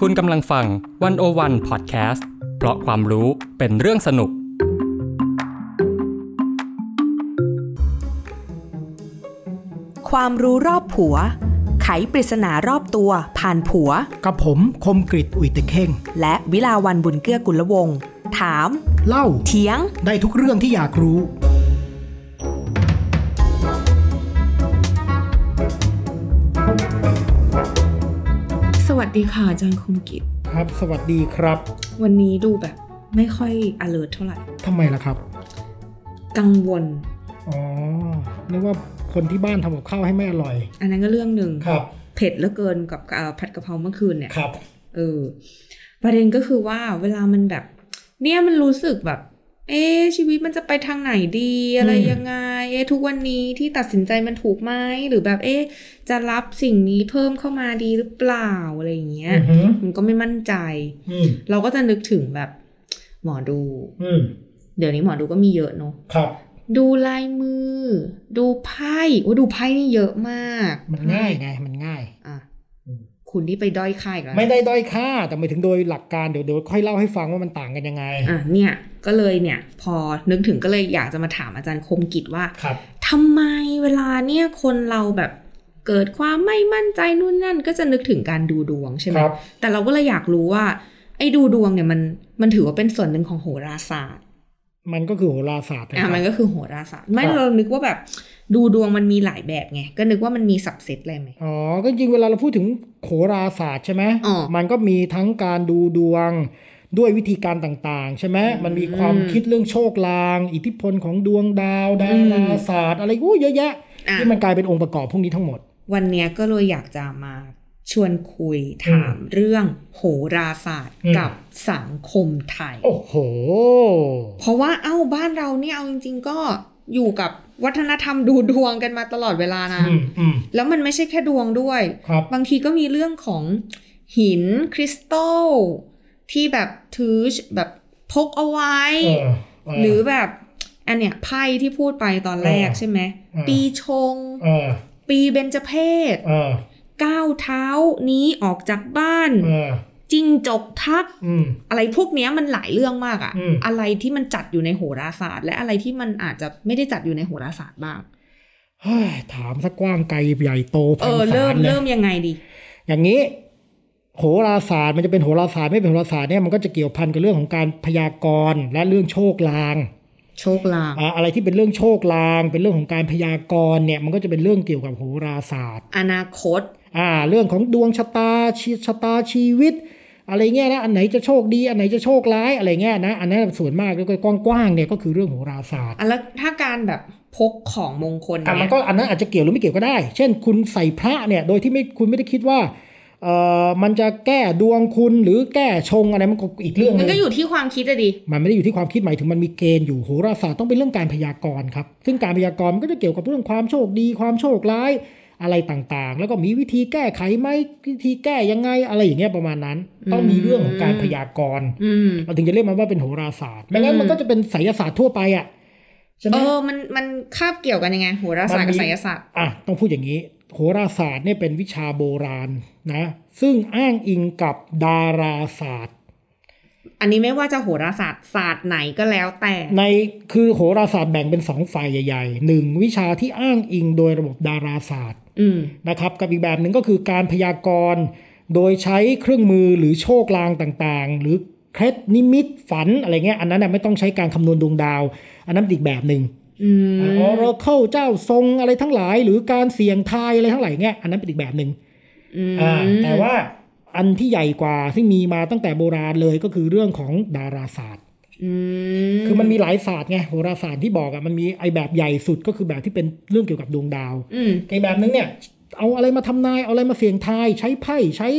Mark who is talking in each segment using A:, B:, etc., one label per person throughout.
A: คุณกำลังฟังวันโอวันพอดแคสต์เพราะความรู้เป็นเรื่องสนุก
B: ความรู้รอบผัว ไขปริศนารอบตัวผ่านผัว
C: กับผมคมกริตอุ่ยตะเข่ง
B: และวิลาวันบุญเกื้อกุลวงศ์ถาม
C: เล่า
B: เถียง
C: ได้ทุกเรื่องที่อยากรู้
D: สวัสดีค่ะอาจารย์คมกิจ
C: ครับสวัสดีครับ
D: วันนี้ดูแบบไม่ค่อย alert เท่าไหร่
C: ทำไมล่ะครับ
D: กังวล
C: อ๋อนึกว่าคนที่บ้านทำกับข้าวให้แม่อร่อย
D: อันนั้นก็เรื่องหนึ่ง
C: ครับ
D: เผ็ดเหลือเกินกับเอ่อผัดกะเพราเมื่อคืนเนี่ย
C: ครับ
D: เออประเด็นก็คือว่าเวลามันแบบ เนี่ยมันรู้สึกแบบ เอ๊ะชีวิตมันจะไปทางไหนดีอะไรยังไง เอ๊ะทุกวันนี้ที่ตัดสินใจมันถูกไหมหรือแบบเอ๊ะจะรับสิ่งนี้เพิ่มเข้ามาดีหรือเปล่าอะไรอย่างเงี้ย
C: อือหือ
D: มันก็ไม่มั่นใจ
C: อืม
D: เราก็จะนึกถึงแบบหมอดู
C: อืม
D: เดี๋ยวนี้หมอดูก็มีเยอะเนาะ
C: ครับ
D: ดูลายมือ ดูไพ่โอ้ดูไพ่นี่เยอะมาก
C: มันง่ายไงมันง่าย
D: อ่ะ
C: อืม
D: คุณที่ไปด้อยค่ายกัน
C: ไม่ได้ด้อยค่าแต่หมายถึงโดยหลักการเดี๋ยวเดี๋ยวค่อยเล่าให้ฟังว่ามันต่างกันยังไง
D: อ่ะเนี่ยก็เลยเนี่ย พอนึกถึงก็เลยอยากจะมาถามอาจารย์คมกิจว่า
C: ครับ
D: ทำไมเวลาเนี่ยคนเราแบบเกิดความไม่มั่นใจนู่นนั่น ก็จะนึกถึงการดูดวงใช่ไหม
C: ครับ
D: แต่เราก็เลยอยากรู้ว่า ไอ้ดูดวงเนี่ยมันมันถือว่าเป็นส่วนหนึ่งของโหราศาสตร์
C: มันก็คือโหราศาสตร์นะ
D: อ่ะ
C: ครั
D: มัน
C: บ
D: ก็คือโหราศาสตร์ ไม่
C: ครับ
D: เรานึกว่าแบบดูดวงมันมีหลายแบบไง ก็นึกว่ามันมีสับเซตอะไรไหม
C: อ๋อก็จริงเวลาเราพูดถึงโหราศาสตร์ใช่ไหม
D: อ๋อ
C: มันก็มีทั้งการดูดวงด้วยวิธีการต่างๆ ใช่ไหมมันมีความคิดเรื่องโชคลาง อิทธิพลของดวงดาวดาราศาสตร์ อะไรโอ้เยอะแยะ
D: อ่ะ
C: ที่มันกลายเป็นองค์ประกอบพวกนี้ทั้งหมด
D: วันเนี้ยก็เลยอยากจะมาชวนคุยถามเรื่องโหราศาสตร์
C: อืม
D: กับสังคมไทย
C: โอ้โห
D: เพราะว่าเอ้าบ้านเราเนี่ยเอาจริง ๆ ก็อยู่กับวัฒนธรรมดูดวงกันมาตลอดเวลานะ
C: อืมอืม
D: แล้วมันไม่ใช่แค่ดวงด้วย
C: ครับ
D: บางทีก็มีเรื่องของหินคริสตัลที่แบบถือแบบพกเอาไว้
C: เออเ
D: หรือแบบอันเนี้ยไพ่ที่พูดไปตอนแรก
C: เออ
D: ใช่ไหม
C: เออ
D: ปีชง
C: เออ
D: ปีเบญจเพศ
C: เออ
D: ก้าวเท้านี้ออกจากบ้าน
C: เออ
D: จิงจกทัก
C: อืม
D: อะไรพวกเนี้ยมันหลายเรื่องมากอะ
C: อืม
D: อะไรที่มันจัดอยู่ในโหราศาสตร์ และอะไรที่มันอาจจะไม่ได้จัดอยู่ในโหราศาสตร์บ้าง
C: เฮ้ยถามสักกว้างไกลใหญ่โตไพ
D: เอ
C: ศาล
D: อเริ่ม
C: เลย
D: เริ่มยังไงดี
C: อย่างนี้โหราศาสตร์มันจะเป็นโหราศาสตร์ไม่เป็นโหราศาสตร์เนี่ยมันก็จะเกี่ยวพันกับเรื่องของการพยากรณ์และเรื่องโชคลาง
D: โชคลาง
C: อ่าอะไรที่เป็นเรื่องโชคลาง เป็นเรื่องของการพยากรณ์เนี่ยมันก็จะเป็นเรื่องเกี่ยวกับโหราศาสตร์
D: อนาคต
C: อ่าเรื่องของดวงชะตาชีชะตาชีวิต อะไรเงี้ยนะอันไหนจะโชคดีอันไหนจะโชคร้ายอะไรเงี้ยนะอันนั้นส่วนมากแล้วก็กว้างๆเนี่ยก็คือเรื่องโหราศาสตร์
D: อ่ะแล้วถ้าการแบบพกของมงคล
C: แต่มัน
D: เนี่ย
C: ก็อันนั้นอาจจะเกี่ยวหรือไม่เกี่ยวก็ได้ เช่น คุณใส่พระเนี่ยโดยที่ไม่คุณไม่ได้คิดว่าเอ่อมันจะแก้ดวงคุณหรือแก้ชงอะไรมันก็อีกเรื่องห
D: มัน
C: นึง
D: ก็อยู่ที่ความคิดอะดิ
C: มันไม่ได้อยู่ที่ความคิดหมายถึงมันมีเกณฑ์อยู่โหราศาสตร์ต้องเป็นเรื่องการพยากรณ์ครับ ซึ่งการพยากรณ์มันก็จะเกี่ยวกับเรื่องความโชคดีความโชคร้ายอะไรต่างๆ แล้วก็มีวิธีแก้ไขไหมวิธีแก้ยังไงอะไรอย่างเงี้ยประมาณนั้น ต้องมีเรื่องของการพยากรณ์
D: อืม
C: เราถึงจะเรียกมันว่าเป็นโหราศาสตร์ไม่งั้นมันก็จะเป็นไสยศาสตร์ทั่วไปอ่ะใช่ไหม
D: เออ มัน มันคาบเกี่ยวกันยังไง โหราศาสตร์กับ
C: มันมี
D: ไสยศาสตร์
C: อ่ะต้องพูดอย่างนี้ โหราศาสตร์เนี่ยเป็นวิชาโบราณนะซึ่งอ้างอิงกับดาราศาสตร์
D: อันนี้ไม่ว่าจะโหราศาสตร์ศาสตร์ไหนก็แล้วแต่
C: ในคือโหราศาสตร์แบ่งเป็นสองฝ่ายใหญ่ๆหนึ่งวิชาที่อ้างอิงโดยระบบดาราศาสตร์
D: อืม
C: นะครับกับอีกแบบหนึ่งก็คือการพยากรณ์โดยใช้เครื่องมือหรือโชคลางต่างๆ หรือเคล็ดนิมิตฝันอะไรเงี้ยอันนั้นนะไม่ต้องใช้การคำนวณดวงดาว อันนั้นอีกแบบหนึ่ง
D: อืม
C: ออราเคิลเจ้าทรงอะไรทั้งหลาย หรือการเสี่ยงทายอะไรทั้งหลายเงี้ยอันนั้นเป็นอีกแบบหนึ่ง
D: อืม
C: อ่าแต่ว่าอันที่ใหญ่กว่าซึ่งมีมาตั้งแต่โบราณเลยก็คือเรื่องของดาราศาสตร์
D: อืม
C: คือมันมีหลายศาสตร์ไงโหราศาสตร์ที่บอกอะมันมีไอแบบใหญ่สุดก็คือแบบที่เป็นเรื่องเกี่ยวกับดวงดาว
D: อืม
C: ไอแบบนึงเนี่ยเอาอะไรมาทำนายเอาอะไรมาเสี่ยงทายใช้ไพ่ใช้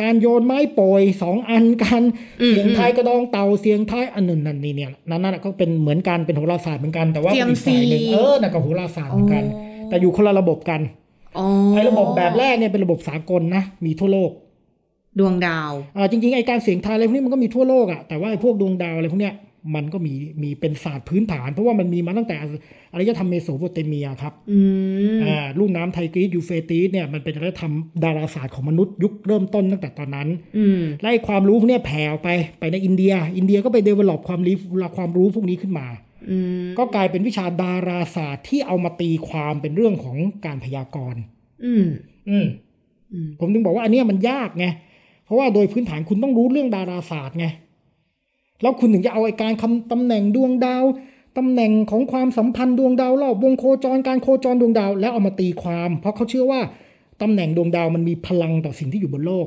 C: การโยนไม้โปรยสองอันกัน
D: อืม
C: เสียงทายกระดองเต่าเสียงทายอันนั้นนั่นนี่เนี่ยนั่นนั่นก็เป็นเหมือนกันเป็นโหราศาสตร์เหมือนกันแต่ว่าเป็นอีกสายหนึ่งเออน่ะก็โหราศาสตร์เหมือนกัน แต่อยู่คนละระบบกัน
D: อ๋อ
C: ไอระบบแบบแรกเนี่ยเป็นระบบสากลนะมีทั่วโลก
D: ดวงดาว
C: อ่าจริงๆไอการเสียงทายอะไรพวกนี้มันก็มีทั่วโลกอะแต่ว่าไอพวกดวงดาวอะไรพวกเนี้ย มันก็มีมีเป็นศาสตร์พื้นฐาน เพราะว่ามันมีมาตั้งแต่อารยธรรมเมโสโปเตเมียครับ
D: อืม
C: อ่าลุ่มน้ำไทกรีซยูเฟรติสเนี่ยมันเป็นอารยธรรมดาราศาสตร์ของมนุษย์ยุคเริ่มต้นตั้งแต่ตอนนั้น
D: อืม
C: ไล่ความรู้พวกเนี้ยแผ่ออกไปไปในอินเดีย อินเดียก็ไปเดเวล็อปความรู้ความรู้พวกนี้ขึ้นมา
D: อืม
C: ก็กลายเป็นวิชาดาราศาสตร์ที่เอามาตีความเป็นเรื่องของการพยากรณ์
D: อืม
C: อืม
D: อืม
C: ผมถึงบอกว่าอันเนี้ยมันยากไงเพราะว่าโดยพื้นฐานคุณต้องรู้เรื่องดาราศาสตร์ไงแล้วคุณถึงจะเอาไอ้การคำตำแหน่งดวงดาวตำแหน่งของความสัมพันธ์ดวงดาวรอบวงโคจรการโคจรดวงดาว แล้วเอามาตีความ เพราะเขาเชื่อว่าตำแหน่งดวงดาวมันมีพลังต่อสิ่งที่อยู่บนโลก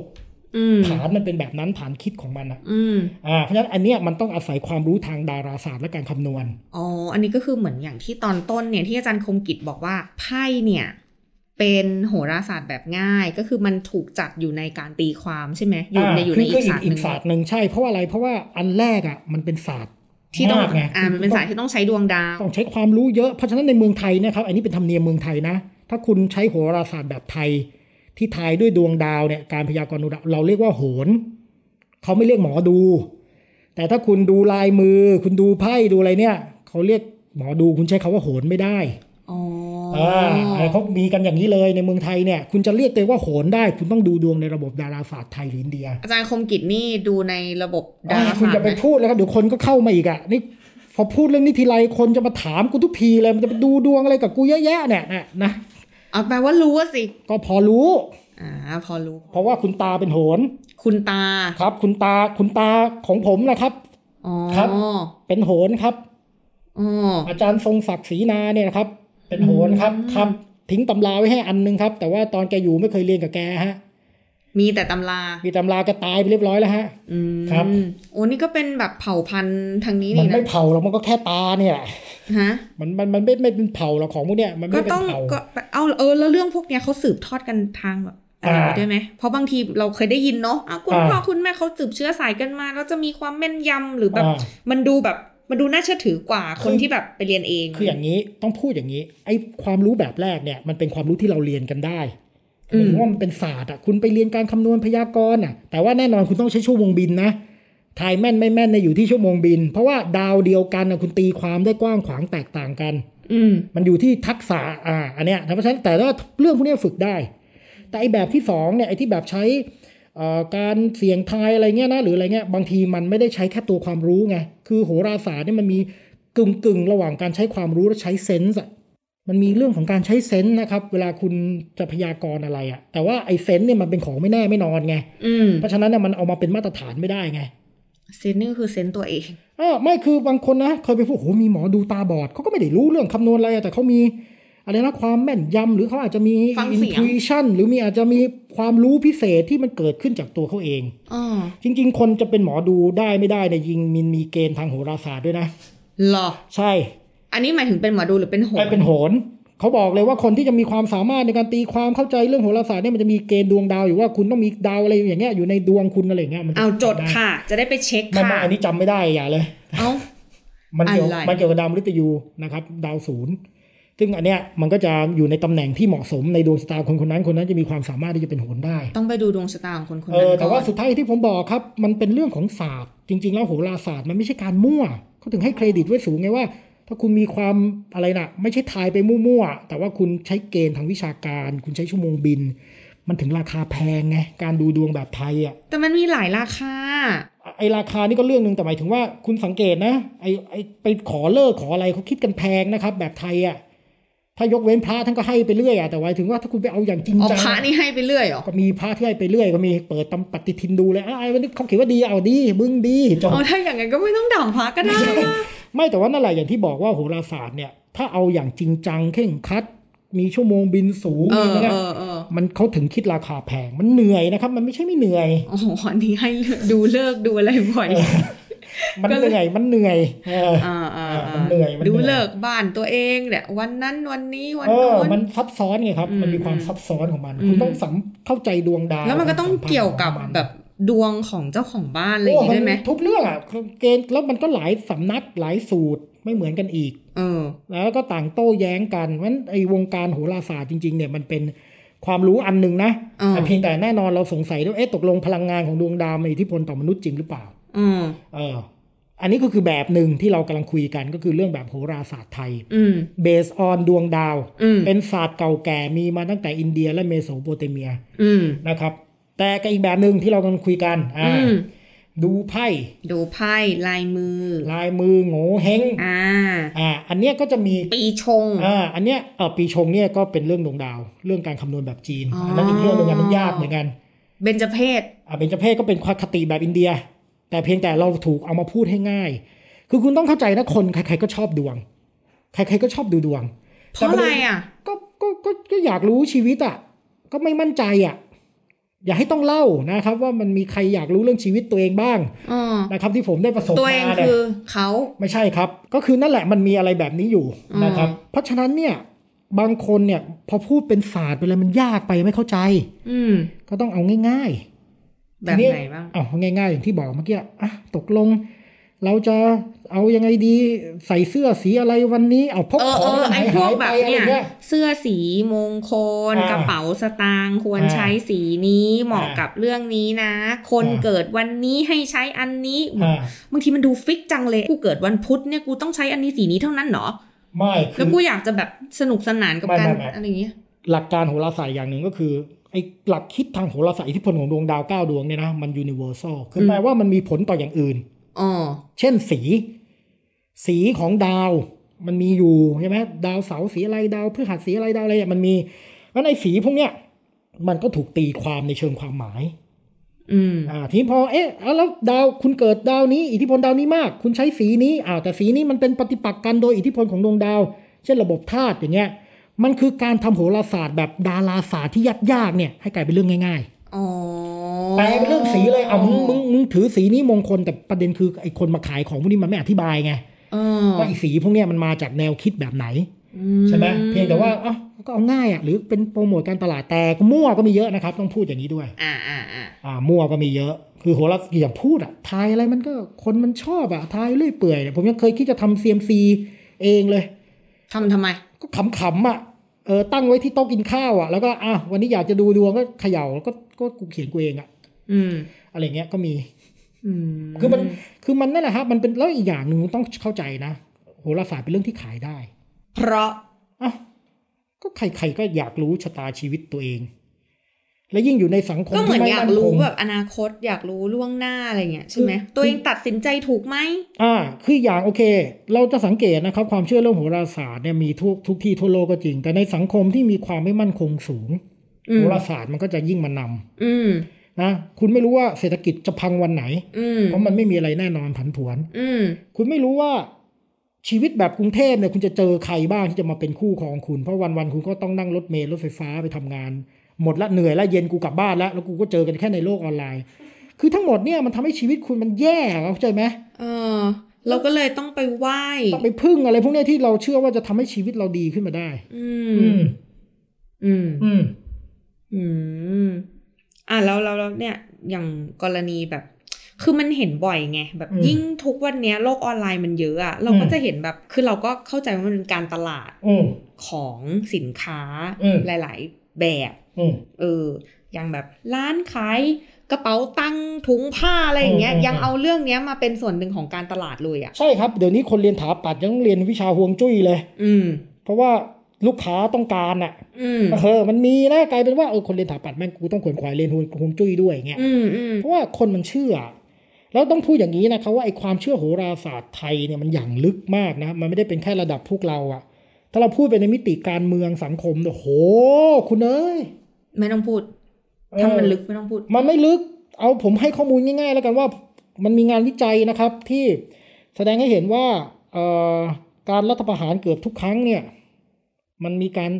D: อืม
C: ฐานมันเป็นแบบนั้นฐานคิดของมันนะ
D: อืม
C: อ่าเพราะฉะนั้นอันเนี้ยมันต้องอาศัยความรู้ทางดาราศาสตร์และการคำนวณ
D: อ๋อ อันนี้ก็คือเหมือนอย่างที่ตอนต้นเนี่ยที่อาจารย์คมกิจบอกว่าไพ่เนี่ย เป็นโหราศาสตร์แบบง่าย ก็คือมันถูกจัดอยู่ในการตีความใช่ไหมอยู่ในอยู่ในอี
C: คื
D: กศาสตร์ห
C: อี
D: นึ่
C: ก
D: ง
C: ศาสตร์หนึ่งใช่เพราะว่าอะไรเพราะว่าอันแรกอ่ะมันเป็นศาสตร์
D: ที่ต้อง
C: มากไง
D: อ่ามันเป็นศาสตร์ที่ต้องใช้ดวงดาว
C: ต้องใช้ความรู้เยอะเพราะฉะนั้นในเมืองไทยเนะครับ อันนี้เป็นธรรมเนียมเมืองไทยนะ ถ้าคุณใช้โหราศาสตร์แบบไทย ที่ทายด้วยดวงดาวเนี่ยการพยากรณ์ดวงดาวเราเรียกว่าโหนเขาไม่เรียกหมอดู แต่ถ้าคุณดูลายมือ คุณดูไพ่ดูอะไรเนี่ยเขาเรียกหมอดูคุณใช้คำว่าโหนไม่ได้
D: อ๋อ
C: อ่าเขามีกันอย่างนี้เลยในเมืองไทยเนี่ย คุณจะเรียกตัวเองว่าโหนได้ คุณต้องดูดวงในระบบดาราศาสตร์ไทยหรืออินเดีย
D: อาจารย์คมกิจนี่ดูในระบบดา
C: อ่า
D: รา
C: คุณจะ
D: ศาสตร์
C: ไป
D: ไหม
C: พูดแล้วครับเดี๋ยวคนก็เข้ามาอีกอ่ะนี่พอพูดเรื่องนี้ทีไรคนจะมาถามกูทุกทีเลยมันจะไปดูดวงอะไรกับกูเยอะแยะเนี่ยนะนะ
D: เอาแปลว่ารู้อะสิ
C: ก็พอรู้
D: อ่า พอรู้
C: เพราะว่าคุณตาเป็นโหน
D: คุณตา
C: ครับ คุณตาคุณตาของผมนะครับ
D: อ๋อ
C: ครับ เป็นโหนครับ
D: อ๋อ
C: อาจารย์ทรงศักดิ์ศรีนาเนี่ยนะครับ เป็นโหนครับ
D: อืม
C: ครับ ทิ้งตำราไว้ให้อันหนึงครับ แต่ว่าตอนแกอยู่ไม่เคยเรียนกับแกฮะ
D: มีแต่ตำรา
C: มีตำราแก็ตายไปเรียบร้อยแล้วฮะ
D: อืม
C: ครับ
D: โอ้นี่ก็เป็นแบบเผ่าพันธุ์ทางนี้
C: มั
D: นี่
C: น
D: นะ
C: ไม่เผาหรอกมันก็แค่ตาเนี่ยแหละ
D: ฮะ
C: มันมันมันไม่ไม่เป็นเผาหรอกของพวกเนี้ยมัน
D: ก็
C: ไม่เป็
D: ต้อน ง
C: เผา
D: ก็เอาเออแล้วเรื่องพวกเนี้ยเขาสืบทอดกันทางแบบอะไร
C: อ่า
D: ได้ไหมเพราะบางทีเราเคยได้ยินเนาะอ้าวคุณ
C: อ่า
D: พ่อคุณแม่เขาสืบเชื้อสายกันมา แล้วจะมีความแม่นยำหรือแบบ
C: อ่า
D: มันดูแบบมันดูน่าเชื่อถือกว่าคน
C: คือ
D: ที่แบบไปเรียนเอง
C: คืออย่างนี้ต้องพูดอย่างนี้ไอ้ความรู้แบบแรกเนี่ยมันเป็นความรู้ที่เราเรียนกันได้หมายถึงว่ามันเป็นศาสตร์อ่ะคุณไปเรียนการคำนวณพยากรณ์อ่ะแต่ว่าแน่นอนคุณต้องใช้ชั่วโมงบินนะทายแม่นไม่แม่นเนี่ยอยู่ที่ชั่วโมงบิน เพราะว่าดาวเดียวกันน่ะคุณตีความได้กว้างขวางแตกต่างกัน
D: อืม
C: มันอยู่ที่ทักษะอ่าอันเนี้ยนะเพราะฉะนั้นแต่ว่าเรื่องพวกเนี้ยฝึกได้ แต่ไอ้แบบที่สองเนี่ยไอ้ที่แบบใช้เอ่อการเสี่ยงทายอะไรเงี้ยนะหรืออะไรเงี้ยบางทีมันไม่ได้ใช้แค่ตัวความรู้ไงคือโหราศาสตร์เนี่ยมันมีกึ่งกึ่งๆระหว่างการใช้ความรู้และใช้เซนส์อะมันมีเรื่องของการใช้เซนส์นะครับเวลาคุณจะพยากรณ์อะไรอะแต่ว่าไอ้เซนส์เนี่ยมันเป็นของไม่แน่ไม่นอนไง
D: อืม
C: เพราะฉะนั้นเนี่ยมันเอามาเป็นมาตรฐานไม่ได้ไง
D: เซนส์นี่ก็คือเซนส์ตัวเอง
C: อ่าไม่คือบางคนนะเคยไปพูดโอ้โหมีหมอดูตาบอดเขาก็ไม่ได้รู้เรื่องคำนวณอะไรอะแต่เขามีอะไรนะความแม่นยำหรือเขาอาจจะมี
D: ฟังเสียง
C: intuition หรือมีอาจจะมีความรู้พิเศษที่มันเกิดขึ้นจากตัวเขาเอง
D: อ๋อ
C: จริง ๆ คนจะเป็นหมอดูได้ไม่ได้เนี่ยยิงมันมีเกณฑ์ทางโหราศาสตร์ด้วยนะ
D: เหรอ
C: ใช่
D: อันนี้หมายถึงเป็นหมอดูหรือเป็นโห
C: ไอ้
D: น
C: เป็นโหนเขาบอกเลยว่าคนที่จะมีความสามารถในการตีความเข้าใจเรื่องโหราศาสตร์เนี่ยมันจะมีเกณฑ์ดวงดาวอยู่ว่าคุณต้องมีดาวอะไรอย่างเงี้ยอยู่ในดวงคุณอะไรอย่างเงี้ยมัน
D: เอาจดค่ะ จะได้ไปเช็ค
C: ไม่
D: ค่ะ
C: ไม่อันนี้จำไม่ได้อย่าเลย
D: เอ้า
C: มันเกี่ยว
D: อะไร
C: มันเกี่ยวกับดาวมฤตยูนะครับดาวศูนย์ซึ่งอันเนี้ยมันก็จะอยู่ในตำแหน่งที่เหมาะสมในดวงชะตาคนคนนั้นคนนั้นจะมีความสามารถที่จะเป็นโหนได้
D: ต้องไปดูดวงชะตาของคนคน
C: เอ
D: นั้น
C: อ
D: ก่
C: แต่
D: อ
C: ว่าน สุดท้ายที่ผมบอกครับ มันเป็นเรื่องของศาสตร์ จริง ๆ แล้วโหราศาสตร์มันไม่ใช่การมั่วเขาถึงให้เครดิตไว้สูงไงว่า ถ้าคุณมีความอะไรนะไม่ใช่ทายไปมั่วๆแต่ว่าคุณใช้เกณฑ์ทางวิชาการ คุณใช้ชั่วโมงบิน มันถึงราคาแพงไงการดูดวงแบบไทยอ่ะ
D: แต่มันมีหลายราคา
C: ไอราคานี่ก็เรื่องหนึ่งแต่หมายถึงว่าคุณสังเกตนะไอไอไปขอเลิกขออะไรเขาคิดกันแพงนะครับ แบบไทยอะ่ะถ้ายกเว้นพระท่านก็ให้ไปเรื่อยอะ่ะแต่หมายถึงว่าถ้าคุณไปเอาอย่างจริง
D: อ๋อ
C: จัง
D: พระนี่ให้ไปเรื่อยเหรอ
C: ก็มีพระที่ให้ไปเรื่อยก็มีเปิดตำปฏิทินดูเลยอ้าวไอ้วันนี้เขาเขียนว่าดีเอาดีมึงดีจบ
D: อ๋อถ้าอย่างนั้นก็ไม่ต้องด่างพระก็ได้นะ
C: ไม่แต่ว่านั่นแหละอย่างที่บอกว่าโหราศาสตร์เนี่ยถ้าเอาอย่างจริงจังเข่งครัด มีชั่วโมงบินสูง
D: เออ
C: มีนะ
D: เออเออ
C: มันเขาถึงคิดราคาแพงมันเหนื่อยนะครับ มันไม่ใช่ไม่เหนื่อย
D: โอ้โหอันนี้ให้ เลือกดูเลิกดูอะไรบ่อย
C: มัน
D: ก็
C: เห
D: เลย
C: นื่อยมันเหนื่อยเออ
D: อ่าอ่า
C: มันเหนื่อยมันเหนื่อย
D: ดูเลิกบ้านตัวเองเนี่ยวันนั้นวันนี้วัน
C: เอ
D: โน้
C: อน มันซับซ้อนไงครับ
D: อืม
C: มันมีความซับซ้อนของมัน
D: อืม
C: คุณต้องสัมเข้าใจดวงดาว
D: แล้วมันก็ต้องเกี่ยวกับแบบดวงของเจ้าของบ้านอะไรอย่าง
C: โอ้
D: งี้ด้วยไหม
C: นทุกเรื่องอะเกณฑ์แล้วมันก็หลายสำนักหลายสูตรไม่เหมือนกันอีก
D: เออ
C: แล้วก็ต่างโต้แย้งกันเพราะฉะนั้นไอ้วงการโหราศาสตร์จริงๆเนี่ยมันเป็นความรู้อันหนึ่งนะ
D: อ่า
C: แต่เพียงแต่แน่นอนเราสงสัยด้วยเอ๊ะตกลงพลังงานของดวงดาวมีอิทธิพลต่อมนุษย์จริงหรือเปล่า
D: เออ
C: เออ อันนี้ก็คือแบบหนึ่งที่เรากำลังคุยกันก็คือเรื่องแบบโหราศาสตร์ไทย
D: อืม
C: based on ดวงดาว
D: อืม
C: เป็นศาสตร์เก่าแก่มีมาตั้งแต่อินเดียและเมโสโปเตเมีย
D: อืม
C: นะครับ แต่ก็อีกแบบหนึ่งที่เรากำลังคุยกันอ่า
D: อืม
C: ดูไพ่
D: ดูไพ่ลายมือ
C: ลายมือโงเฮง
D: อ่า
C: อ่าอันเนี้ยก็จะมี
D: ปีชง
C: อ่าอันเนี้ยเอ่อปีชงเนี่ยก็เป็นเรื่องดวงดาว เรื่องการคำนวณแบบจีน
D: อ๋ออั
C: นนั้นอีกเรื่องหนึงอะมันยากเหมือนกัน
D: เบญจเพศ
C: อ่าเป็นจเพศก็เป็นคติแบบอินเดีย แต่เพียงแต่เราถูกเอามาพูดให้ง่าย คือคุณต้องเข้าใจนะคนใครๆก็ชอบดวง ใครๆก็ชอบดูดวง
D: เพราะอะไรอ่ะ
C: ก็ก็ก็ก็อยากรู้ชีวิตอ่ะ ก็ไม่มั่นใจอ่ะ อย่าให้ต้องเล่านะครับ ว่ามันมีใครอยากรู้เรื่องชีวิตตัวเองบ้าง
D: อ๋อ
C: นะครับ ที่ผมได้ประสบ
D: ตัว
C: มา
D: เอง
C: เนี่ย
D: คือเขา
C: ไม่ใช่ครับ ก็คือนั่นแหละมันมีอะไรแบบนี้อยู่นะครับ
D: อืม
C: เพราะฉะนั้นเนี่ยบางคนเนี่ยพอพูดเป็นศาสตร์เป็นอะไรมันยากไปไม่เข้าใจ
D: อืม
C: ก็ต้องเอาง่าย ๆ
D: แบบ
C: ที
D: ไหนบ้าง
C: เอาง่าย ๆ อย่างที่บอกเมื่อกี้อ่ะตกลง เราจะเอายังไงดีใส่เสื้อสีอะไรวันนี้ เอาพก
D: เออ
C: ข
D: เอ
C: อง
D: อ
C: หา
D: ไอ้
C: ย
D: พว
C: หา
D: ก
C: ยไป
D: แบบ
C: อะไร
D: เนี่ย
C: เงี้ย
D: เสื้อสีมงคล
C: อ่าก
D: ระเป๋าสตางค์ควรใช้สีนี้เหมาะ
C: อ่า
D: กับเรื่องนี้นะ คน
C: อ่า
D: เกิดวันนี้ให้ใช้อันนี้
C: อ่า
D: บางทีมันดูฟิกจังเลย กูเกิดวันพุธเนี่ยกูต้องใช้อันนี้สีนี้เท่านั้นเหรอ
C: ไม่คือ
D: แล้วกูอยากจะแบบสนุกสนานกับ
C: ไม่
D: การ
C: ไม่ไม่
D: อะไรอย่างเงี้ย
C: หลักการโหราศาสตร์อย่างหนึ่งก็คือไอ้หลักคิดทางโหราศาสตร์อิทธิพลของดวงดาวเก้าดวงเนี่ยนะมัน universal คือ
D: ม
C: แปลว่ามันมีผลต่ออย่างอื่น
D: อ๋อ
C: เช่นสี สีของดาวมันมีอยู่ใช่ไหมดาวเสาร์สีอะไรดาวพฤหัสสีอะไรดาวอะไรอ่ะมันมีแล้วในสีพวกเนี้ยมันก็ถูกตีความในเชิงความหมาย
D: อืม
C: อ่าทีนี้พอเอ๊ะเอาแล้วดาวคุณเกิดดาวนี้ อิทธิพลดาวนี้มาก คุณใช้สีนี้อ้าวแต่สีนี้มันเป็นปฏิปักษ์กันโดยอิทธิพลของดวงดาว เช่นระบบธาตุอย่างเงี้ย มันคือการทำโหราศาสตร์แบบดาราศาสตร์ที่ยากๆเนี่ยให้กลายเป็นเรื่องง่าย ๆ
D: อ๋อ
C: แปลเป็นเรื่องสีเลยเอามึงมึงมึงถือสีนี้มงคลแต่ประเด็นคือไอ้คนมาขายของพวกนี้มันไม่อธิบายไง
D: เออ
C: ว่าไอ้สีพวกเนี้ยมันมาจากแนวคิดแบบไหน
D: อื
C: ใช่ไหมเพียงแต่ว่าเอ้าก็เอาง่ายอ่ะหรือเป็นโปรโมทการตลาดแต่ก็มั่วก็มีเยอะนะครับต้องพูดอย่างนี้ด้วย
D: อ่าอ่าอ่า
C: อ่ามั่วก็มีเยอะ คือโหราอย่างพูดอ่ะทายอะไรมันก็คนมันชอบอ่ะทายเรื่อยเปื่อยเนี่ยผมยังเคยคิดจะทำเซียมซีเองเลย
D: ทำทำไม
C: ก็ขำๆอ่ะเออตั้งไว้ที่โต๊ะกินข้าวอ่ะแล้วก็อ่ะวันนี้อยากจะดูดวงก็เขย่าแล้วก็ก็กูเขียนกูเองอ่ะ
D: อืม
C: อะไรเงี้ยก็มี
D: อืม
C: คือมันคือมันนั่นแหละครับมันเป็นแล้วอีกอย่างหนึ่งต้องเข้าใจนะโหราศาสตร์เป็นเรื่องที่ขายได้
D: เพราะ
C: อ่ะก็ใครๆก็อยากรู้ชะตาชีวิตตัวเอง และยิ่งอยู่ในสังคม
D: ก็เหมือน
C: ที่
D: อยาก
C: น
D: รู้
C: คง
D: แบบอนาคตอยากรู้ล่วงหน้าอะไรเงี้ยใช่ไหมตัวเองตัดสินใจถูกไหม
C: อ่าคืออย่างโอเค เราจะสังเกตนะครับ ความเชื่อเรื่องโหราศาสตร์เนี่ยมีทุกทุกที่ทั่วโลกก็จริง แต่ในสังคมที่มีความไม่มั่นคงสูง
D: อื
C: โห
D: ม
C: ราศาสตร์มันก็จะยิ่งมานำ
D: อืม
C: นะคุณไม่รู้ว่าเศรษฐกิจจะพังวันไหน
D: อืม
C: เพราะมันไม่มีอะไรแน่นอนผันผวน
D: อืม
C: คุณไม่รู้ว่าชีวิตแบบกรุงเทพเนี่ยคุณจะเจอใครบ้างที่จะมาเป็นคู่ของคุณ เพราะวันวันๆคุณก็ต้องนั่งรถเมล์รถไฟฟ้าไปทำงาน หมดละเหนื่อยละเย็นกูกลับบ้านละแล้วกูก็เจอกันแค่ในโลกออนไลน์ คือทั้งหมดเนี่ยมันทำให้ชีวิตคุณมันแย่อะเข้าใจไหม
D: เออ เราก็เลยต้องไปไหว้
C: ต้องไปพึ่งอะไรพวกเนี้ยที่เราเชื่อว่าจะทำให้ชีวิตเราดีขึ้นมาได้
D: อื
C: อื
D: ม อืม
C: อืม
D: อืม อ่ะแล้วแล้วแล้วเนี่ย อย่างกรณีแบบ คือมันเห็นบ่อยไง แบบยิ่งทุกวันเนี้ยโลกออนไลน์มันเยอะอะเราก็จะเห็นแบบ คือเราก็เข้าใจว่ามันเป็นการตลาด
C: อืม
D: ของสินค้า
C: อืม
D: หลาย ๆ แบบ
C: อืม
D: เออ อย่างแบบร้านขายกระเป๋าตังค์ถุงผ้าอะไรอย่างเงี้ย
C: อืมอืม
D: ยังเอาเรื่องเนี้ยมาเป็นส่วนหนึ่งของการตลาดเลยอะ่ะ
C: ใช่ครับเดี๋ยวนี้คนเรียนถาปัดยังต้องเรียนวิชาฮวงจุ้ยเลย
D: อืม
C: เพราะว่าลูกค้าต้องการอะ
D: อืม
C: เออมันมีนะกลายเป็นว่าเออคนเรียนถาปัดแม่งกูต้องขวนขวายเรียนฮวงฮวงจุ้ยด้วยอย่างเงี้ย
D: อืมอืม
C: เพราะว่าคนมันเชื่อ แล้วต้องพูดอย่างนี้นะครับว่าไอ้ความเชื่อโหราศาสตร์ไทยเนี่ยมันอย่างลึกมากนะ มันไม่ได้เป็นแค่ระดับพวกเราอะถ้าเราพูดไปในมิติการเมืองสังคมเนี่ยโห คุณเอ้ย
D: ไม่ต้องพูด
C: เออ
D: ถ้ามันลึกไม่ต้องพูด
C: มันไม่ลึก เอาผมให้ข้อมูลง่ายๆ แล้วกันว่ามันมีงานวิจัยนะครับ ที่แสดงให้เห็นว่าเอ่อการรัฐประหารเกือบทุกครั้งเนี่ย มันมีการ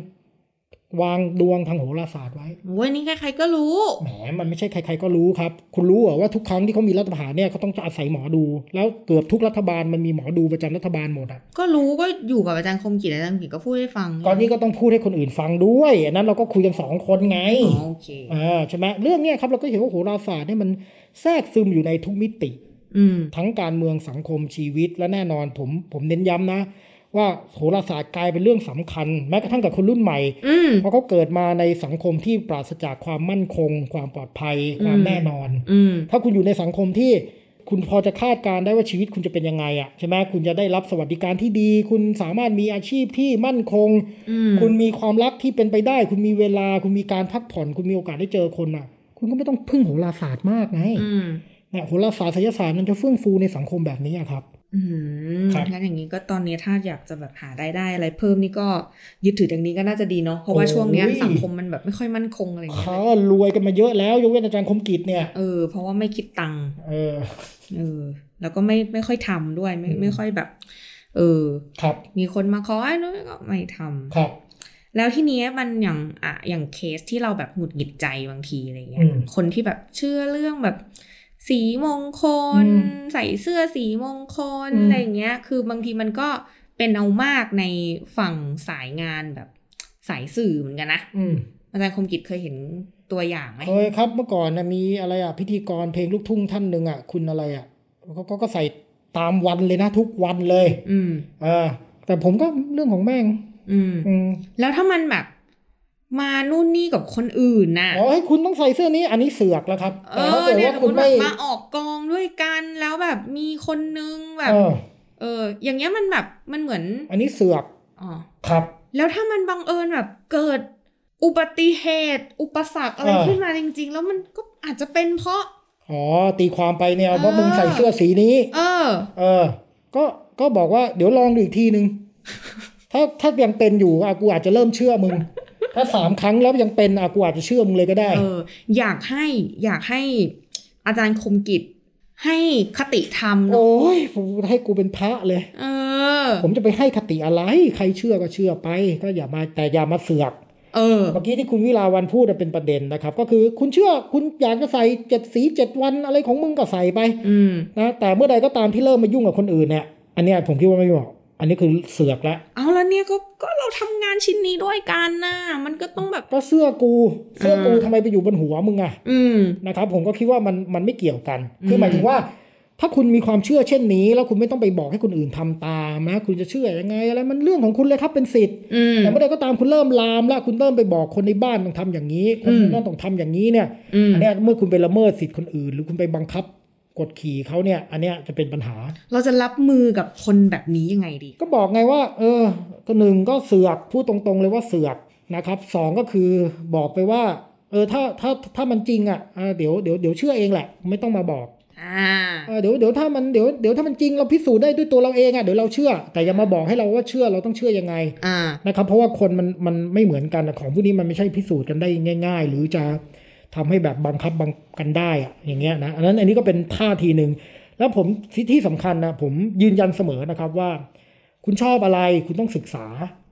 C: วางดวงทางโหราศาสตร์ไว้
D: โอ้ยนี่ใครๆก็รู้
C: แหม มันไม่ใช่ใครๆก็รู้ครับ คุณรู้เหรอว่าทุกครั้งที่เขามีรัฐประหารเนี่ยเขาต้องจะอาศัยหมอดู แล้วเกือบทุกรัฐบาลมันมีหมอดูประจำรัฐบาลหมดอ่ะ
D: ก็รู้ก็อยู่กับอาจารย์คมกิจอาจารย์คมกิจก็พูดให้ฟัง
C: ตอนนี้ก็ต้องพูดให้คนอื่นฟังด้วยอันนั้นเราก็คุยกันสองคนไง
D: อ๋อโอเค
C: อ่าใช่ไหมเรื่องเนี้ยครับเราก็เห็นว่าโหราศาสตร์เนี่ยมันแทรกซึมอยู่ในทุกมิติ
D: อืม
C: ทั้งการเมืองสังคมชีวิตและแน่นอนผมผมเน้นย้ำนะ ว่าโหราศาสตร์กลายเป็นเรื่องสำคัญ แม้กระทั่งกับคนรุ่นใหม่
D: อืม
C: เพราะเขาเกิดมาในสังคมที่ปราศจากความมั่นคง ความปลอดภัย ความแน่นอน
D: อืม
C: ถ้าคุณอยู่ในสังคมที่ คุณพอจะคาดการณ์ได้ว่าชีวิตคุณจะเป็นยังไงอะใช่ไหมคุณจะได้รับสวัสดิการที่ดี คุณสามารถมีอาชีพที่มั่นคง
D: อืม
C: คุณมีความรักที่เป็นไปได้ คุณมีเวลา คุณมีการพักผ่อน คุณมีโอกาสได้เจอคนอ่ะ คุณก็ไม่ต้องพึ่งโหราศาสตร์มากไง
D: อืม
C: เนี่ยโหราศาสตร์ไสยศาสตร์มันจะเฟื่องฟูในสังคมแบบนี้อะครับ
D: อืม
C: ครับ
D: งั้นอย่างนี้ก็ตอนนี้ถ้าอยากจะแบบหารายได้อะไรเพิ่มนี่ก็ยึดถืออย่างนี้ก็น่าจะดีเนาะเพราะว่า
C: โอ้ย
D: ช่วงเนี้ยสังคมมันแบบไม่ค่อยมั่นคงอะไรอย่างเงี้ย
C: เขารวยกันมาเยอะแล้วยกเว้นอาจารย์คมกิจเนี่ย
D: เออ เพราะว่าไม่คิดตังค์
C: เออ
D: เออแล้วก็ไม่ไม่ค่อยทำด้วยไม่ไม่ค่อยแบบ เออ
C: ครับ
D: มีคนมาขอไอ้นู้นก็ไม่ทำ
C: ครับ
D: แล้วที่นี้ยมันอย่างอ่ะอย่างเคสที่เราแบบหงุดหงิดใจบางทีอะไรเงี้
C: อื
D: ย
C: ม
D: คนที่แบบเชื่อเรื่องแบบ สีมงคล
C: อืม
D: ใส่เสื้อสีมงคล
C: อืม
D: อะไรเงี้ย คือบางทีมันก็เป็นเอามากในฝั่งสายงานแบบสายสื่อเหมือนกันนะ
C: อืม
D: อาจารย์คมกิจเคยเห็นตัวอย่างไหม
C: เคยครับเมื่อก่อนนะมีอะไรอ่ะพิธีกรเพลงลูกทุ่งท่านหนึ่งอ่ะคุณอะไรอ่ะเขาก็ก็ใส่ตามวันเลยนะทุกวันเลย
D: อืม
C: เออแต่ผมก็เรื่องของแม่ง
D: อืม
C: อืม
D: แล้วถ้ามันแบบ มานู่นนี่กับคนอื่นน่ะ
C: อ๋อให้ยคุณต้องใส่เสื้อนี้อันนี้เสือกแล้วครับ
D: เอ
C: แต่ถ้า
D: อ
C: เกิด
D: เนี่ย
C: ว่า
D: สมม
C: คุณ
D: ติ
C: ไม่
D: แบบมาออกกองด้วยกันแล้วแบบมีคนนึงแบบ
C: เออ
D: เออ อย่างเงี้ยมันแบบมันเหมือน
C: อันนี้เสือก
D: อ๋อ
C: ครับ
D: แล้วถ้ามันบังเอิญแบบเกิดอุบัติเหตุ อุปสรรคอะไร
C: เออ
D: ขึ้นมาจริง ๆ แล้วมันก็อาจจะเป็นเพราะ
C: อ๋อตีความไปเนี่ย
D: เออ
C: ว่ามึงใส่เสื้อสีนี้
D: เออ
C: เออ ก็ก็บอกว่าเดี๋ยวลองดูอีกที นึง ถ้าถ้ายังเป็นอยู่อ่ะกูอาจจะเริ่มเชื่อมึง ถ้าสามครั้งแล้วยังเป็นอ่ะกูอาจจะเชื่อมึงเลยก็ได้
D: เออ อยากให้อยากให้อาจารย์คมกิจให้คติธรรมเนอะ
C: โอ้ยผมให้กูเป็นพระเลย
D: เออ
C: ผมจะไปให้คติอะไร ใครเชื่อก็เชื่อไป ก็อย่ามาแต่อย่ามาเสือก
D: เออ
C: เมื่อกี้ที่คุณวิลาวันพูดน่ะเป็นประเด็นนะครับ ก็คือคุณเชื่อคุณอยากจะใส่เจ็ดสีเจ็ดวันอะไรของมึงก็ใส่ไป
D: อืม
C: นะแต่เมื่อใดก็ตามที่เริ่มมายุ่งกับคนอื่นเนี่ยอันเนี้ยผมคิดว่าไม่เหมาะอันนี้คือเสือกละ
D: เอาแล้วเนี่ยก็ก็เราทำงานชิ้นนี้ด้วยกันน่ะมันก็ต้องแบบ
C: ก็เสื้อกูเสื้อกู
D: อืม
C: ทำไมไปอยู่บนหัวมึงอะ
D: อืม
C: นะครับผมก็คิดว่ามันมันไม่เกี่ยวกัน คือ
D: ม
C: หมายถึงว่า ถ้าคุณมีความเชื่อเช่นนี้ แล้วคุณไม่ต้องไปบอกให้คนอื่นทำตามนะ คุณจะเชื่อยังไงอะไรมันเรื่องของคุณเลยครับเป็นสิทธิ์
D: อืม
C: แต่เมื่อใดก็ตามคุณเริ่มลามแล้วคุณเริ่มไปบอกคนในบ้านต้องทำอย่างนี้คน
D: อืม
C: นั่นต้องทำอย่างนี้เนี่ย
D: อืม
C: อันเนี้ยเมื่อคุณไปละเมิดสิทธิ์คนอื่น หรือคุณไปบังคับกดขี่เขาเนี่ย อันเนี้ยจะเป็นปัญหา
D: เราจะรับมือกับคนแบบนี้ยังไงดี
C: ก็บอกไงว่า เออ ก็หนึ่งก็เสือกพูดตรงๆเลยว่าเสือกนะครับสองก็คือบอกไปว่า เออถ้าถ้าถ้ามันจริงอ่ะอ่าเดี๋ยวเดี๋ยวเดี๋ยวเชื่อเองแหละ ไม่ต้องมาบอก
D: อ่า
C: เออเดี๋ยวเดี๋ยวถ้ามันเดี๋ยวเดี๋ยวถ้ามันจริงเราพิสูจน์ได้ด้วยตัวเราเองอ่ะเดี๋ยวเราเชื่อ แต่อย่ามาบอกให้เราว่าเชื่อเราต้องเชื่อยังไง
D: อ่า
C: นะครับ เพราะว่าคนมันมันไม่เหมือนกันอะของพวกนี้มันไม่ใช่พิสูจน์กันได้ง่าย ๆ หรือจะทำให้แบบบังคับบังกันได้อะอย่างเงี้ยนะอันนั้นอันนี้ก็เป็นท่าทีหนึ่งแล้วผมที่ที่สำคัญนะผมยืนยันเสมอนะครับว่า คุณชอบอะไรคุณต้องศึกษา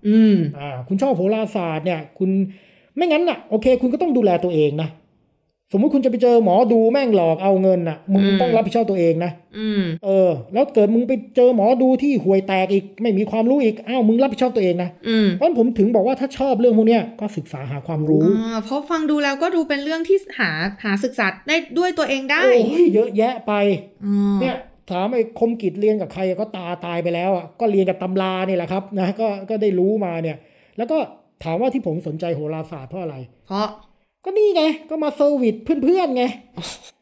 D: อืม
C: อ่า คุณชอบโหราศาสตร์เนี่ย คุณไม่งั้นน่ะโอเค คุณก็ต้องดูแลตัวเองนะ สมมุติคุณจะไปเจอหมอดูแม่งหลอกเอาเงินน่ะ มึง
D: อืม
C: ต้องรับผิดชอบตัวเองนะ
D: อืม
C: เออ แล้วเกิดมึงไปเจอหมอดูที่ห่วยแตกอีก ไม่มีความรู้อีก อ้าว มึงรับผิดชอบตัวเองนะ
D: อืม
C: เพราะฉะนั้นผมถึงบอกว่าถ้าชอบเรื่องพวกเนี้ยก็ศึกษาหาความรู้
D: อ่าเพราะฟังดูแล้วก็ดูเป็นเรื่องที่หาหาศึกษาได้ด้วยตัวเองได้
C: โอ้ยเยอะแยะไป
D: อ่า
C: เนี่ยถามไอ้คมกิจเรียนกับใครก็ตาตายไปแล้วอ่ะก็เรียนกับตำราเนี่ยแหละครับนะก็ก็ได้รู้มาเนี่ย แล้วก็ถามว่าที่ผมสนใจโหราศาสตร์เพราะอะไร
D: เพราะ
C: ก็นี่ไง ก็มาเซอร์วิสเพื่อนๆไง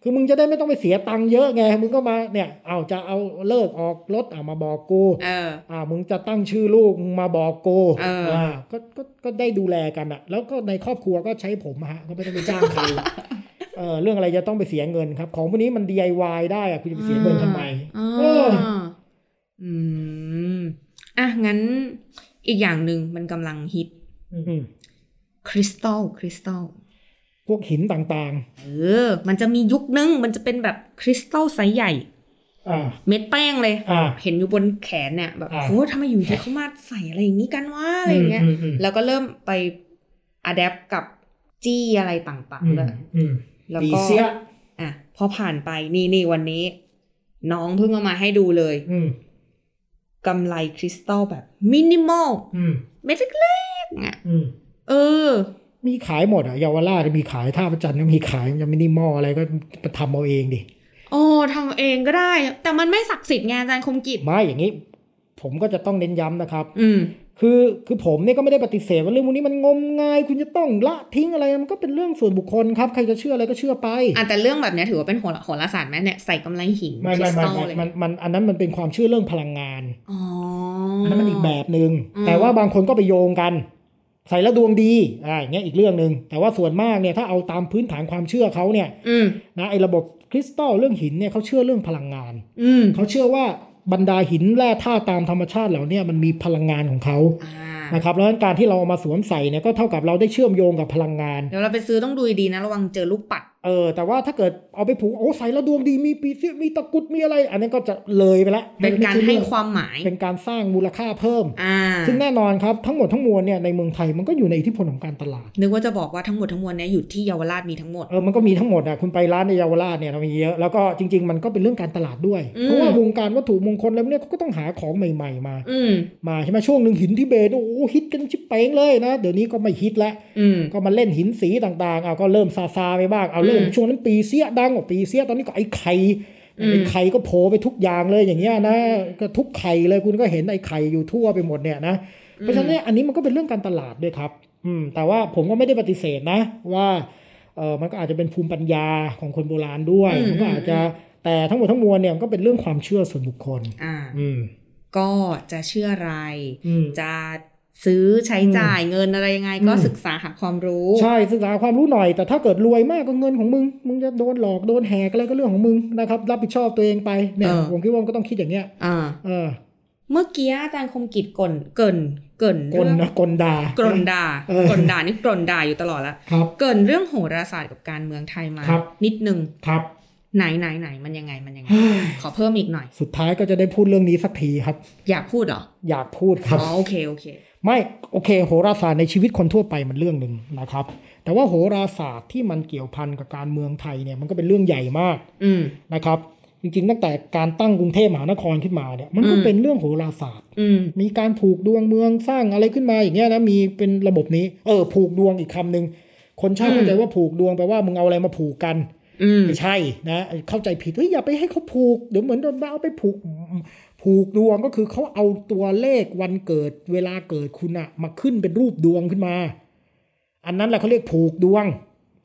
C: คือมึงจะได้ไม่ต้องไปเสียตังค์เยอะไง มึงก็มาเนี่ย เอาจะเอาเลิกออกรถเอามาบอกกู
D: เออ
C: อ่า มึงจะตั้งชื่อลูกมึงมาบอกกู
D: เอออ่
C: ก็ก็ก็ได้ดูแลกันอะแล้วก็ในครอบครัวก็ใช้ผมอะฮะ ก็ไม่ต้องไปจ้าง ใคร เออเรื่องอะไรจะต้องไปเสียเงินครับ ของพวกนี้มัน DIY ได้อะคุณจะไปเสียเงินทำไม
D: อ่า
C: เออ
D: อืม อ่ะ งั้น อีกอย่างหนึ่งมันกำลังฮิต
C: อืม
D: คริสตัลคริสตัล
C: พวกหินต่าง
D: เออ มันจะมียุคนึง มันจะเป็นแบบคริสตัลไซส์ใหญ่
C: ๆ อ่า
D: เม็ดแป้งเลย
C: อ่า
D: เห็นอยู่บนแขนเนี่ยแบบ
C: อ่า
D: โอ้ทำไมอยู่ดีเขามาใส่อะไรอย่างนี้กันวะอะไรอย่างเงี้ย
C: อืมอืม
D: แล้วก็เริ่มไปอัดแอปกับจี้อะไรต่าง
C: อืม
D: ๆด้วย
C: อืม
D: แล้ว
C: ปี
D: ก็
C: เสีย
D: อ่ะพอผ่านไปนี่นี่วันนี้ น้องเพิ่งเอามาให้ดูเลย
C: อืม
D: กำไรคริสตัลแบบมินิมอล
C: อืม
D: เม็ดเล็กๆอ่ะ
C: อืม
D: เออ
C: มีขายหมดอะเยาวราชมีขายท่าประจันทร์ก็มีขายมันจะมินิมอลอะไรก็ทำเอาเองดิ
D: โอ้ทำเองก็ได้ แต่มันไม่ศักดิ์สิทธิ์ไงอาจารย์คมกิจ
C: ไม่อย่างนี้ ผมก็จะต้องเน้นย้ำนะครับ
D: อืม
C: คือคือผมเนี่ยก็ไม่ได้ปฏิเสธว่าเรื่องพวกนี้มันงมงาย คุณจะต้องละทิ้งอะไรมันก็เป็นเรื่องส่วนบุคคลครับใครจะเชื่ออะไรก็เชื่อไป
D: อ่ะแต่เรื่องแบบเนี้ยถือว่าเป็นโหราโหราศาสตร์ไหมเนี่ยใส่กำไรหิน
C: ไม่ไม่ไม่
D: คริสตัล
C: ไม่
D: เลย
C: มันมันอันนั้นมันเป็นความเชื่อเรื่องพลังงาน
D: อ๋อ
C: อันนั้นมันอีกแบบหนึง่ง
D: อืม
C: แต่ว่าบางคนก็ไปโยงกัน ใส่แล้วดวงดีอ่าอย่างเงี้ยอีกเรื่องหนึง่งแต่ว่าส่วนมากเนี่ยถ้าเอาตามพื้นฐานความเชื่อเขาเนี่ย
D: อืม
C: นะไอ้ระบบคริสตัลเรื่องหินเนี่ยเขาเชื่อเรื่องพลังงาน
D: อืม
C: เขาเชื่อว่าบรรดาหินแร่ธาตุตามธรรมชาติเหล่าเนี้มันมีพลังงานของเขา
D: อ่า
C: นะครับแล้วการที่เราเอามาสวมใส่เนี่ยก็เท่ากับเราได้เชื่อมโยงกับพลังงาน
D: เดี๋ยวเราไปซื้อต้องดูดีๆนะระวังเจอลูกปัด
C: เออแต่ว่าถ้าเกิดเอาไปผูกโอ้ใส่แล้วดวงดีมีปีเสียมีตะกรุดมีอะไร อันนั้นก็จะเลยไปละ
D: เป็นการให้ความหมาย
C: เป็นการสร้างมูลค่าเพิ่ม
D: อ่า
C: ซึ่งแน่นอนครับทั้งหมดทั้งมวลเนี่ยในเมืองไทยมันก็อยู่ในอิทธิพลของการตลาด
D: นึกว่าจะบอกว่าทั้งหมดทั้งมวลเนี้ยอยู่ที่เยาวราชมีทั้งหมด
C: เออมันก็มีทั้งหมดอ่ะคุณไปร้านในเยาวราชเนี่ยมันมีเยอะแล้วก็จริง ๆ มันก็เป็นเรื่องการตลาดด้วย
D: อืม
C: เพราะว่าวงการวัตถุมงคลแล้วเนี่ยเขาก็ต้องหาของใหม่ ๆ มา
D: อืม
C: มาใช่ไหมช่วงหนึ่งหินทิเบตโอ้โหฮิตกันชิบเป้งเลยนะ เดี๋ยวนี้ก็ไม่ฮิตแล้ว
D: อืม
C: ก็มาเล่นหินสีต่างๆเอาก็เริ่มซาซาไปบ้างเอาเริ่ม
D: อืม
C: ช่วงนั้นปีเสียดังกว่าปีเสียตอนนี้ก็ไอ้ไข่
D: อืม
C: ไอ้ไข่ก็โผล่ไปทุกอย่างเลยอย่างเงี้ยนะก็ทุกไข่เลยคุณก็เห็นไอ้ไข่อยู่ทั่วไปหมดเนี่ยนะ เพราะฉะนั้นเนี่ยอันนี้มันก็เป็นเรื่องการตลาดด้วยครับ อืม แต่ว่าผมก็ไม่ได้ปฏิเสธนะ ว่า เออมันก็อาจจะเป็นภูมิปัญญาของคนโบราณด้วย
D: อืม
C: มันก็อาจจะ
D: อื
C: แต่ทั้งหมดทั้งมวลเนี่ยมันก็เป็นเรื่องความเชื่อส่วนบุคคล
D: อ่า
C: อืม
D: ก็จะเชื่ออะไร
C: อืม
D: จะซื้อใช้จ่ายเงินอะไรยังไง ก็
C: อืม
D: ศึกษาหาความรู้
C: ใช่ศึกษาความรู้หน่อย แต่ถ้าเกิดรวยมากก็เงินของมึง มึงจะโดนหลอกโดนแหกอะไรก็เรื่องของมึงนะครับ รับผิดชอบตัวเองไปเนี่ย
D: เออ
C: ผมคิดว่ามันก็ต้องคิดอย่างเงี้ย
D: อ่า
C: เออ
D: เมื่อกี้อาจารย์คมกิจกลนเกรินเกริน
C: กล
D: เรื่อง
C: นะกลดา
D: กลนด่า
C: เออ
D: กลนด่านี่กลนด่าอยู่ตลอดละ
C: ครับ
D: เกรินเรื่องโหราศาสตร์กับการเมืองไทยมา
C: ครับ
D: นิดนึง
C: ครับ
D: ไหนไหนไหนมันยังไงมันยังไง
C: เฮ้ย
D: ขอเพิ่มอีกหน่อย
C: สุดท้ายก็จะได้พูดเรื่องนี้สักทีครับ
D: อยากพูดเหรอ
C: อยากพูดครับ
D: อ๋อโอเคโอเค
C: ไม่โอเค โหราศาสตร์ในชีวิตคนทั่วไปมันเรื่องหนึ่งนะครับ แต่ว่าโหราศาสตร์ที่มันเกี่ยวพันกับการเมืองไทยเนี่ยมันก็เป็นเรื่องใหญ่มาก
D: อืม
C: นะครับ จริงๆตั้งแต่การตั้งกรุงเทพมหานครขึ้นมาเนี่ยมันก็
D: อืม
C: เป็นเรื่องโหราศาสตร์
D: อืม
C: มีการผูกดวงเมืองสร้างอะไรขึ้นมาอย่างเงี้ยนะมีเป็นระบบนี้ เออ ผูกดวงอีกคำหนึ่งคนชอบ
D: อืม
C: เข้าใจว่าผูกดวงแปลว่ามึงเอาอะไรมาผูกกัน
D: อืม
C: ไม่ใช่นะเข้าใจผิดเฮ้ยอย่าไปให้เขาผูกเดี๋ยวเหมือนเราเอาไปผูกผูกดวงก็คือเขาเอาตัวเลขวันเกิดเวลาเกิดคุณอะมาขึ้นเป็นรูปดวงขึ้นมา อันนั้นแหละเขาเรียกผูกดวง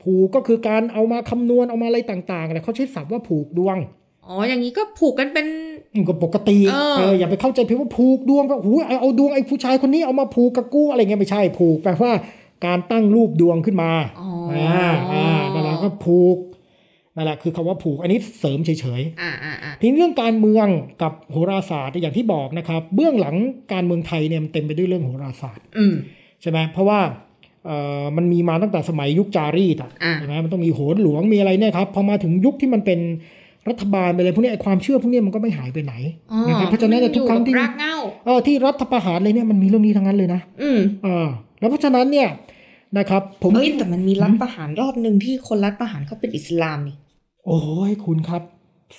C: ผูกก็คือการเอามาคำนวณเอามาอะไรต่างๆนะเขาใช้ศัพท์ว่าผูกดวง
D: อ๋อ อย่างนี้ก็ผูกกันเป็น
C: อืมก็ปกติ
D: เออ
C: เอออย่าไปเข้าใจผิดว่าผูกดวงก็หูยเอาเอาดวงไอ้ผู้ชายคนนี้เอามาผูกกับกูอะไรเงี้ยไม่ใช่ผูกแปลว่าการตั้งรูปดวงขึ้นมา
D: อ๋อ
C: อ่าอ่านั่นแหละก็ผูกนั่นแหละคือคำว่าผูกอันนี้เสริมเฉย
D: อ่าอ่าอ่า
C: ๆทีนี้เรื่องการเมืองกับโหราศาสตร์เนี่ยอย่างที่บอกนะครับ เบื้องหลังการเมืองไทยเนี่ยมันเต็มไปด้วยเรื่องโหราศาสตร์
D: อืม
C: ใช่ไหมเพราะว่าเอ่อมันมีมาตั้งแต่สมัยยุคจารีตอะ
D: อ่า
C: ใช่ไหมมันต้องมีโหนหลวงมีอะไรเนี่ยครับพอมาถึงยุคที่มันเป็นรัฐบาลไปเลยพวกเนี้ยไอ้ความเชื่อพวกเนี้ยมันก็ไม่หายไปไหน
D: อ๋อ
C: นะครับเพราะฉะนั้นเนยทุกครั้งที่
D: อยู่บรากเหง้า
C: เออที่รัฐประหารเลยเนี่ยมันมีเรื่องนี้ทั้งนั้นเลยนะ
D: อืม
C: เออแล้วเพราะฉะนั้นเนี่ยนะครับ ผม
D: เอ้ยแต่มันมีรัฐประหารรอบหนึ่งที่คนรัฐประหารเขาเป็นอิสลามนี่
C: โอ้ยคุณครับ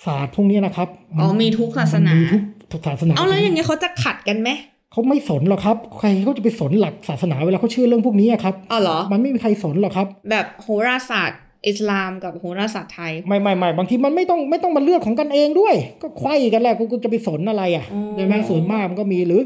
C: ศาสตร์พวกเนี้ยนะครับน
D: อ๋อมีทุกศาสนามั
C: มีทุกทุกศาสนา
D: เอาแล้วอย่างเงี้ยเขาจะขัดกันไหม
C: เขาไม่สนหรอกครับ ใครเขาจะไปสนหลักศาสนาเวลาเขาเชื่อเรื่องพวกนี้อะครับ
D: อ๋อเหรอ
C: มันไม่มีใครสนหรอกครับ
D: แบบโหราศาสตร์ อิสลามกับโหราศาสตร์ไทย
C: ไม่ไม่ไม่บางทีมันไม่ต้องไม่ต้องมาเลือกของกันเองด้วย ก็ไขว้กันแหละกูกูจะไปสนอะไรอ่ะ
D: อ๋อ
C: ใช่ไหมส่วนมากมันก็มีหรือ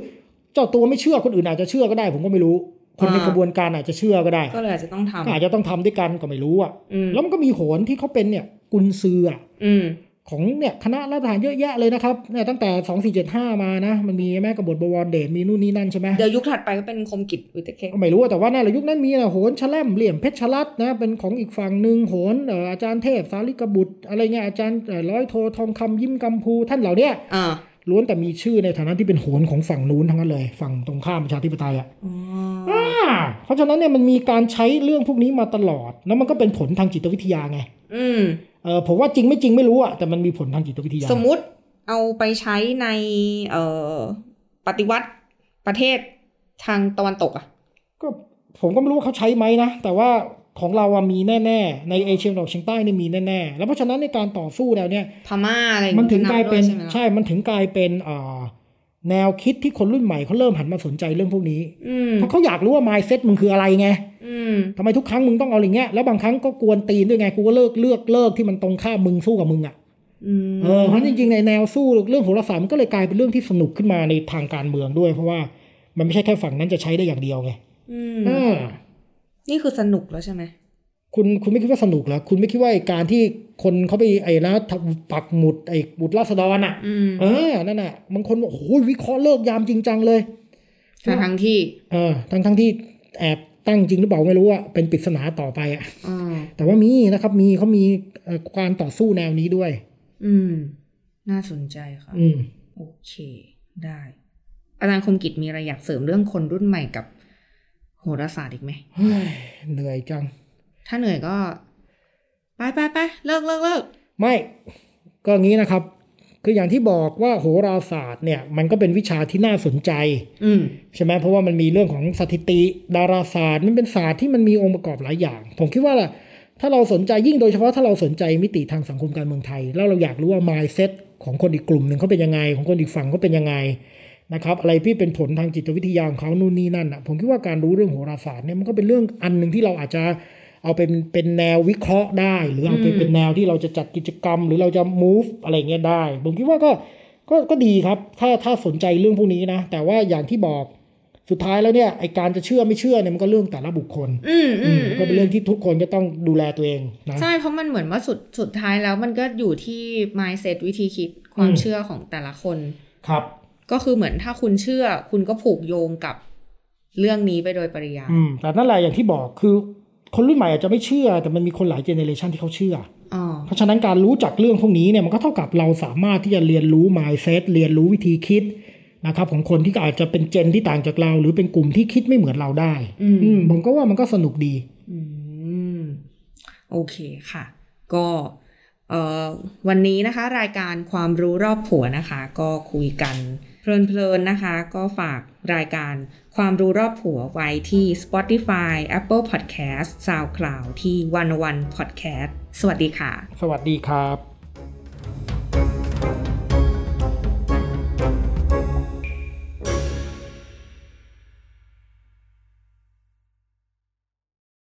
C: เจ้าตัวไม่เชื่อคนอื่นอาจจะเชื่อก็ได้ ผมก็ไม่รู้ คนใน
D: อ่าก ก
C: ระบวนการอาจจะเชื่อก็ได้
D: ก็เลยอาจจะต้องทำ
C: ก็อาจจะต้องทำด้วยกันก็ไม่รู้อ่ะ
D: อืม
C: แล้วมันก็มีโหนที่เขาเป็นเนี่ยกุนซืออะ
D: อืม
C: ของเนี่ยคณะรัฐประหารเยอะแยะเลยนะครับเนี่ยตั้งแต่ 2475 มานะ มันมีแม่กบฏบวรเดชมีนู่นนี่นั่นใช่ไหม
D: เดี๋ยวยุคถัดไปก็เป็นคมกิจอุยเตเคก
C: ก็ไม่รู้อะแต่ว่าในนแหละยุคนั้นมีนะโหนชะแลมเหลี่ยมเพชรชลัดนะเป็นของอีกฝั่งหนึ่งโหนเอ่ออาจารย์เทพสาลิกบุตร อะไรเงี้ยอาจารย์เอ่อร้อยโททองคำยิ้มกำพูท่านเหล่าเนี้ย
D: อ่า
C: ล้วนแต่มีชื่อในฐานะที่เป็นโหนของฝั่งนู้นทั้งนั้นเลยฝั่งตรงข้ามประชาธิปไตยอะ
D: อ๋อ
C: อ่าเพราะฉะนั้นเนี่ยมันมีการใช้เรื่องพวกนี้มาตลอดแล้วมันก็เป็นผลทางจิตวิทยาไง
D: อืม
C: เออผมว่าจริงไม่จริงไม่รู้อะแต่มันมีผลทางจิตวิทยา
D: สมมุติเอาไปใช้ในเอ่อปฏิวัติประเทศทางตะวันตกอะ
C: ก็ผมก็ไม่รู้ว่าเขาใช้ไหมนะ แต่ว่าของเราอะมีแน่ๆ ในเอเชียตะวันออกเฉียงใต้เนี่ยมีแน่ๆ แล้วเพราะฉะนั้นในการต่อสู้แล้วเนี่ย
D: พม่าอะไรอย่
C: มันถึง
D: บ
C: กลายเป็น
D: ด้วใช่ไหมล่ะ
C: ใช่มันถึงกลายเป็นเอ่อแนวคิดที่คนรุ่นใหม่เขาเริ่มหันมาสนใจเรื่องพวกนี้
D: อืม
C: เพราะเขาอยากรู้ว่า mindset มึงคืออะไรไง
D: อืม
C: ทำไมทุกครั้งมึงต้องเอาอย่างเงี้ยแล้วบางครั้งก็กวนตีนด้วยไงกูก็เลิกเลือกเลิกที่มันตรงข้ามมึงสู้กับมึงอะ
D: อืม
C: เออเพราะจริงๆในแนวสู้เรื่องโหราศาสตร์มันก็เลยกลายเป็นเรื่องที่สนุกขึ้นมาในทางการเมืองด้วย เพราะว่า มันไม่ใช่แค่ฝั่งนั้นจะใช้ได้อย่างเดียวไง
D: อืม
C: อ่า
D: นี่คือสนุกแล้วใช่ไหม
C: คุณคุณไม่คิดว่าสนุกเหรอ คุณไม่คิดว่าไอ้การที่คนเขาไปไอ้นะปักหมุดไอ้หมุดราษฎรอ่ะ
D: อืม
C: เออ นั่นน่ะบางคนบอกโอ้โหวิเคราะห์เลิกยามจริงจังเลย
D: แต่ทั้งที่
C: เออทั้งทั้งที่แอบตั้งจริงหรือเปล่าไม่รู้อะเป็นปริศนาต่อไปอะ
D: อ๋อ
C: แต่ว่ามีนะครับ มีเขามีเอ่อการต่อสู้แนวนี้ด้วย
D: อืม น่าสนใจค่ะ
C: อืม
D: โอเค ได้ อาจารย์คมกิจมีอะไรอยากเสริมเรื่องคนรุ่นใหม่กับโหราศาสตร์อีกไหม
C: เฮ้ยเหนื่อยจัง
D: ถ้าเหนื่อยก็ ไปไปไปเลิกเลิกเลิก
C: ไม่ก็งี้นะครับ คืออย่างที่บอกว่าโหราศาสตร์เนี่ย มันก็เป็นวิชาที่น่าสนใจ
D: อืม
C: ใช่ไหมเพราะว่ามันมีเรื่องของสถิติดาราศาสตร์มันเป็นศาสตร์ที่มันมีองค์ประกอบหลายอย่าง ผมคิดว่าล่ะถ้าเราสนใจยิ่งโดยเฉพาะถ้าเราสนใจมิติทางสังคมการเมืองไทย แล้วเราอยากรู้ว่า mindset ของคนอีกกลุ่มหนึ่งเขาเป็นยังไง ของคนอีกฝั่งเขาเป็นยังไงนะครับอะไรที่เป็นผลทางจิตวิทยาของเขานู่นนี่นั่นอ่ะผมคิดว่าการรู้เรื่องโหราศาสตร์เนี่ยมันก็เป็นเรื่องอันหนึ่งที่เราอาจจะเอาเป็นเป็นแนววิเคราะห์ได้ หรือเอาไป
D: อืม
C: เป็นแนวที่เราจะจัดกิจกรรม หรือเราจะ move อะไรอย่างเงี้ยได้ ผมคิดว่าก็ก็ก็ดีครับถ้าถ้าสนใจเรื่องพวกนี้นะ แต่ว่าอย่างที่บอก สุดท้ายแล้วเนี่ยไอการจะเชื่อไม่เชื่อเนี่ยมันก็เรื่องแต่ละบุคคล
D: อืมอืม
C: อืมก็เป็นเรื่องที่ทุกคนจะต้องดูแลตัวเองนะ
D: ใช่เพราะมันเหมือนว่าสุดสุดท้ายแล้ว มันก็อยู่ที่ mindset วิธีคิดความ
C: อืม
D: เชื่อของแต่ละคน
C: ครับ
D: ก็คือเหมือนถ้าคุณเชื่อ คุณก็ผูกโยงกับเรื่องนี้ไปโดยปริยาย
C: อืม แต่นั่นแหละอย่างที่บอกคือ คนรุ่นใหม่อาจจะไม่เชื่อ แต่มันมีคนหลายเจเนเรชันที่เขาเชื่อ
D: อ๋อ
C: เพราะฉะนั้นการรู้จักเรื่องพวกนี้เนี่ยมันก็เท่ากับเราสามารถที่จะเรียนรู้ mindset เรียนรู้วิธีคิดนะครับของคนที่อาจจะเป็นเจนที่ต่างจากเรา หรือเป็นกลุ่มที่คิดไม่เหมือนเราได้
D: อืม
C: อืมผมก็ว่ามันก็สนุกดี
D: อืม โอเคค่ะ ก็เอ่อวันนี้นะคะ รายการความรู้รอบผัวนะคะ ก็คุยกันเพลินๆนะคะ ก็ฝากรายการความรู้รอบผัวไว้ที่ Spotify Apple Podcast SoundCloud ที่วันวัน Podcast สวัสดีค่ะ
C: สวัสดีครับ